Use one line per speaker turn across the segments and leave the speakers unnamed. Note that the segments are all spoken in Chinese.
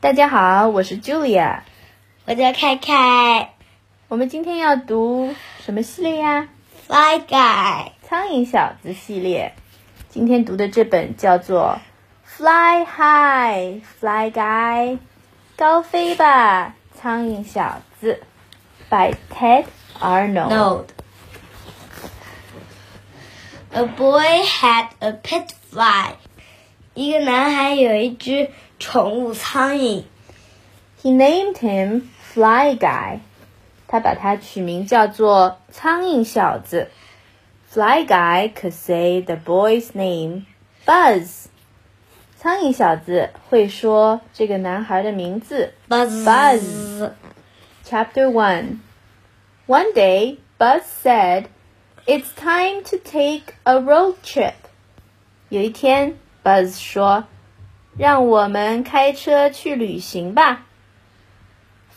大家好，我是 Julia。
我叫凯凯
我们今天要读什么系列呀？
，Fly Guy，
苍蝇小子系列。今天读的这本叫做《Fly High, Fly Guy》，高飞吧，苍蝇小子，by Ted Arnold。
Note. A boy had a pet fly. 一个男孩有一只宠物苍蝇，
He named him Fly Guy，他把它取名叫做苍蝇小子。Fly Guy could say the boy's name, Buzz。苍蝇小子会说这个男孩的名字。
Buzz.
Buzz. Chapter 1 One day, Buzz said, It's time to take a road trip. 有一天，Buzz 说：“让我们开车去旅行吧。”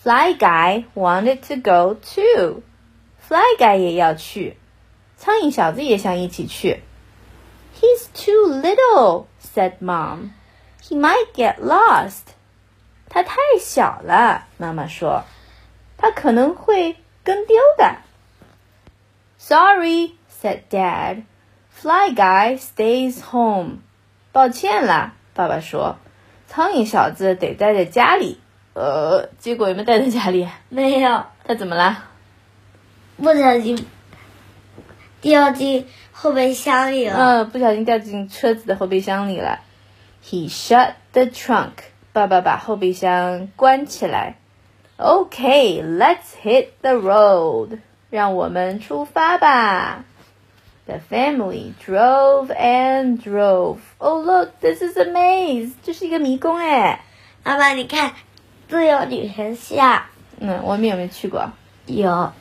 Fly Guy wanted to go too. Fly Guy 也要去，苍蝇小子也想一起去。He's too little, said Mom. He might get lost. 它太小了，妈妈说，它可能会跟丢的。Sorry, said Dad. Fly guy stays home. 抱歉啦，爸爸说，苍蝇小子得待在家里。呃，结果有没有待在家里？啊
没有，
他怎么啦？
不小心掉进后备箱里了。
嗯，不小心掉进车子的后备箱里了。He shut the trunk。爸爸把后备箱关起来。Okay, let's hit the road。让我们出发吧。The family drove and drove. Oh look, this is a maze. 这是一个迷宫哎。
妈妈，你看，自由女神下
嗯，我们有没有去过？
有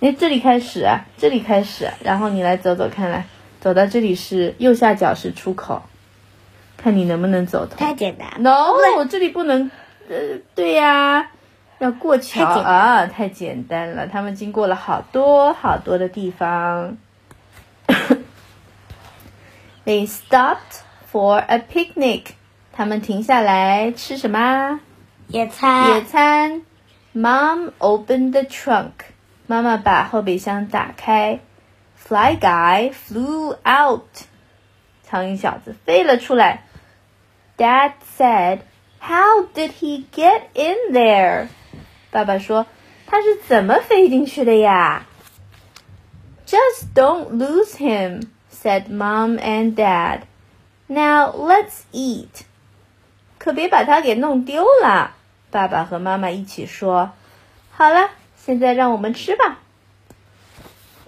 那这里开始，啊这里开始，然后你来走走看来，走到这里是右下角是出口，看你能不能走通。
太简单了。
No，我这里不能。呃，对呀、要过桥
太简单
啊，太简单了。他们经过了好多好多的地 方。They stopped for a picnic。他们停下来吃什么啊？
野餐，
野餐。Mom opened the trunk。妈妈把后备箱打开。Fly guy flew out。苍蝇小子飞了出来。Dad said, "How did he get in there?" 爸爸说，他是怎么飞进去的呀？Just don't lose him," said mom and dad. "Now let's eat." 可别把它给弄丢了。爸爸和妈妈一起说：“好了，现在让我们吃吧。”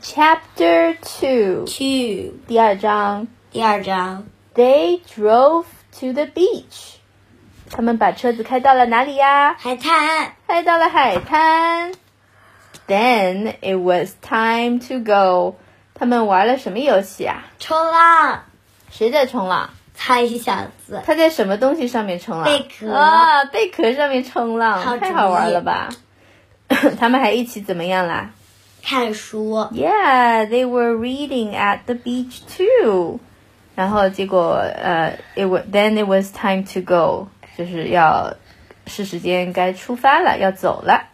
Chapter Two，
去
第二章。
第二章
They drove to the beach。他们把车子开到了哪里呀？
海滩，
开到了海滩。Then it was time to go。他们玩了什么游戏啊？
冲浪，
谁在冲浪？
苍蝇小子，
他在什么东西上面冲浪？
贝壳
啊，贝壳上面冲浪，
好主
太
意
好玩了吧？ 他们还一起怎么样啦
看书，
？Yeah, they were reading at the beach too. 然后结果呃、i t was then it was time to go，就是要是时间该出发了，要走了。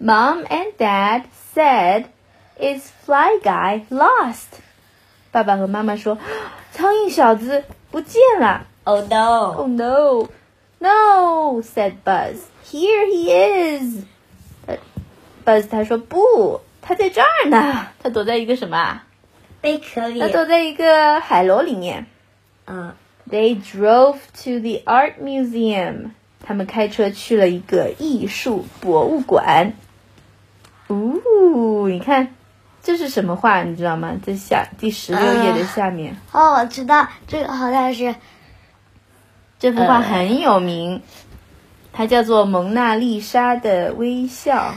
Mom and Dad said, "Is Fly Guy lost?" 爸爸和妈妈说， 苍蝇小子不见了。
Oh no！
Oh no! No! said Buzz. Here he is! 呃 Buzz 他说不，他在这儿呢。他躲在一个什么啊？
贝壳里
他，躲在一个海螺里面。
嗯，
They drove to the art museum. 他们开车去了一个艺术博物馆。哦，你看，这是什么画？你知道吗？在下第十六页的下面。
哦，我知道，这个好像是
这幅画很有名，它叫做《蒙娜丽莎的微笑》。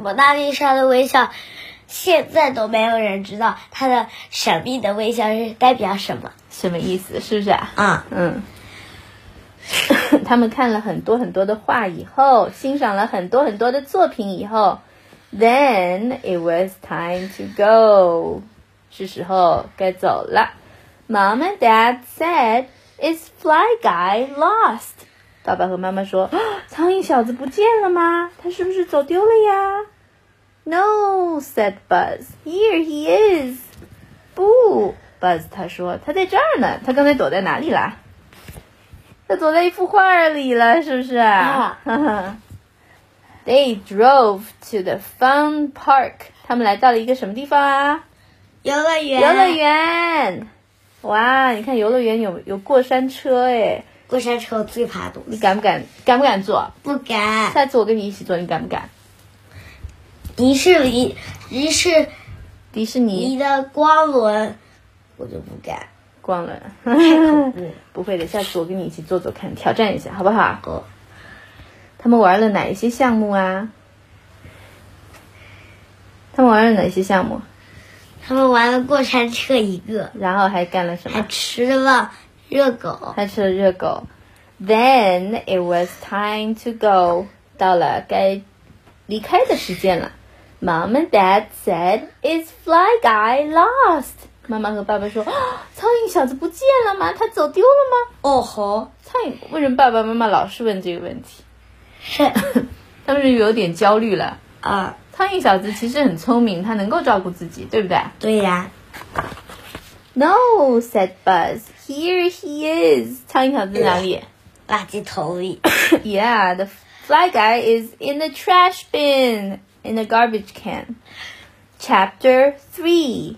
蒙娜丽莎的微笑，现在都没有人知道她的神秘的微笑是代表什么
什么意思？是不是啊？
啊、
嗯。 他们看了很多很多的画以后，欣赏了很多很多的作品以后，then it was time to go，是时候该走了。Mom and Dad said, "Is Fly Guy lost?" 爸爸和妈妈说：“ 啊苍蝇小子不见了吗？他是不是走丢了呀？”No, said Buzz. Here he is. 不，Buzz 他说他在这儿呢。他刚才躲在哪里啦？他躲在一幅画里了，是不是啊？They drove to the fun park. 他们来到了一个什么地方啊？
游乐园，
嗯游乐，园。哇，你看游乐园有有过山车哎，
过山车我最怕的东
你
西，
敢不敢？敢不敢坐？
不敢。
下次我跟你一起坐，你敢不敢？
迪士尼，迪士
迪士尼
尼的光轮，我就不敢，
逛了，
太恐怖了。
不会的，下次我跟你一起坐坐看，挑战一下，好不好？
哦
他们玩了哪一些项目啊？他们玩了哪些项目？
他们玩了过山车一个，
然后还干了什
还
么？
吃了热狗。
还吃了热狗。Then it was time to go，到了该离开的时间了。Mom and Dad said, "Is Fly Guy lost?" 妈妈和爸爸说：“ 啊苍蝇小子不见了吗？他走丢了吗
哦 吼！”，
苍蝇为什么爸爸妈妈老是问这个问题？他们是有点焦虑了。
啊，
苍蝇小子其实很聪明，他能够照顾自己，对不对
对呀、
？No, said Buzz. Here he is. 苍蝇小子在哪里？
垃圾桶里
Yeah, the fly guy is in the trash bin, in the garbage can. Chapter 3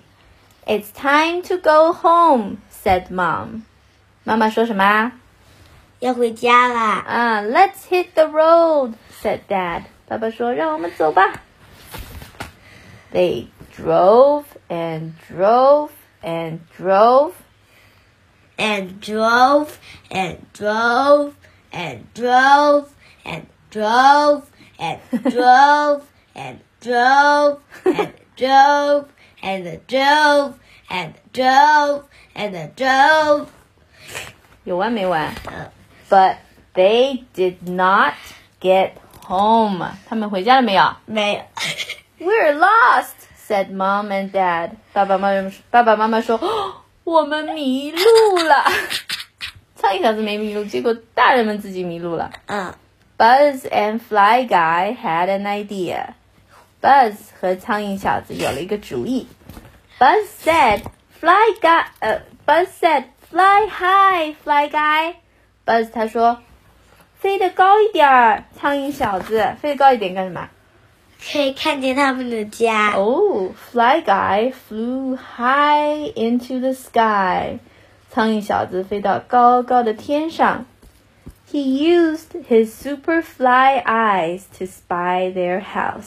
It's time to go home, said mom. 妈妈说什么啊？啊、uh,
要回家啦。
Uh, Let's hit the road, said dad. 爸爸说让我们走吧。They drove and drove and drove.
And drove and drove and drove and drove and drove and drove and drove and drove and drove and drove.
有完没完？But they did not get home. 他们回家了没有？
没有，
We're lost, said mom and dad. 爸爸妈妈爸爸妈妈说，哦我们迷路了。 苍蝇小子没迷路，结果大人们自己迷路了。
嗯，
Buzz and Fly Guy had an idea. Buzz 和苍蝇小子有了一个主意。Buzz said, "Fly Guy，呃，Buzz said, fly high, Fly Guy." Buzz 他说，飞得高一点儿，苍蝇小子，飞得高一点干什么？
可以看见他们的家。
Oh, Fly Guy flew high into the sky. 苍蝇小子飞到高高的天上。He used his super fly eyes to spy their house.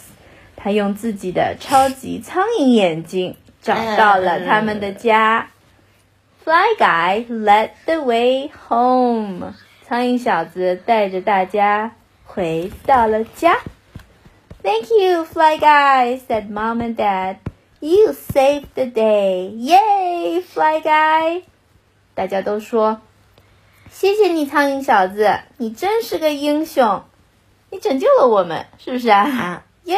他用自己的超级苍蝇眼睛找到了他们的家。Fly Guy led the way home. 苍蝇小子带着大家回到了家。Thank you, Fly Guy, said Mom and Dad. You saved the day. Yay, Fly Guy! 大家都说：“谢谢你，苍蝇小子，你真是个英雄，你拯救了我们，是不是啊？”
啊
耶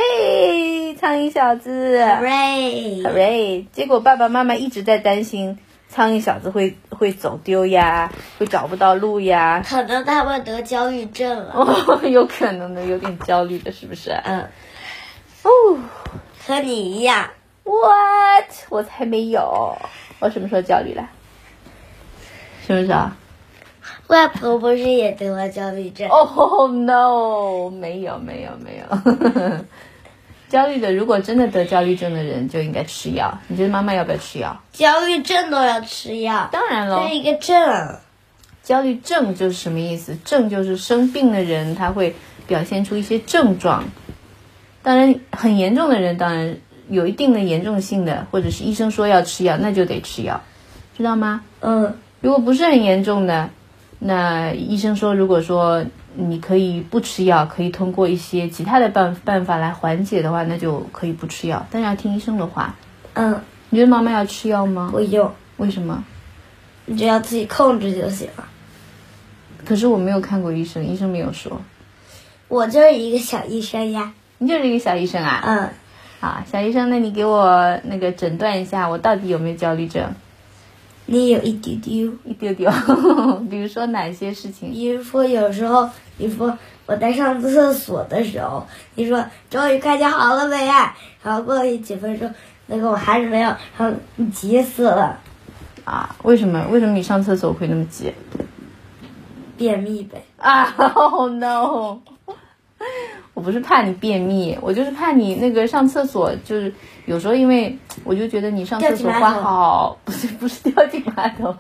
苍蝇小子
Hooray！
，Hooray！结果爸爸妈妈一直在担心苍蝇小子会会走丢呀，会找不到路呀，
可能他们得焦虑症了。
哦，有可能的，有点焦虑的，是不是？
嗯，
哦。
和你一样。
What？我才没有，我什么时候焦虑了？是不是啊
外婆不是也得了焦虑症？
？Oh no，没有没有没有。 焦虑的，如果真的得焦虑症的人，就应该吃药。你觉得妈妈要不要吃药？
焦虑症都要吃药，
当然喽
这，是一个症。
焦虑症就是什么意思？症就是生病的人，他会表现出一些症状。当然，很严重的人，当然有一定的严重性的，或者是医生说要吃药，那就得吃药，知道吗？
嗯，
如果不是很严重的，那医生说，如果说你可以不吃药，可以通过一些其他的办办法来缓解的话，那就可以不吃药，但是要听医生的话。
嗯，
你觉得妈妈要吃药吗
不？用，
为什么？
你只要自己控制就行了。
可是我没有看过医生，医生没有说。
我就是一个小医生呀。
你就是一个小医生啊？
嗯，
啊，小医生，那你给我那个诊断一下，我到底有没有焦虑症？
你有一丢丢。
一丢 丢。比如说哪些事情？
比如说，有时候你说我在上厕所的时候，你说终于看见好了没啊？然后过去几分钟，那个我还是没有，然后你急死了，
啊？为什么？为什么你上厕所会那么急？
便秘呗。
啊，Oh no！我不是怕你便秘，我就是怕你那个上厕所，就是有时候因为我就觉得你上厕所花
掉进马桶
好，不是不是掉进马桶，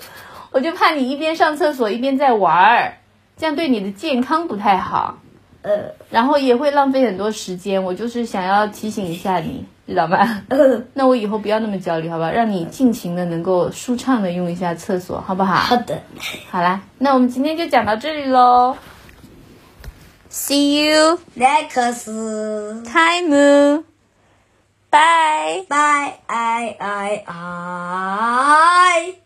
我就怕你一边上厕所一边在玩儿，这样对你的健康不太好，
呃
然后也会浪费很多时间。我就是想要提醒一下你，知道 吗？
呃，
那我以后不要那么焦虑，好吧？让你尽情的能够舒畅的用一下厕所，好不
好的，
好啦，那我们今天就讲到这里喽。See you
莱克斯，
time. Bye.
拜 i i i。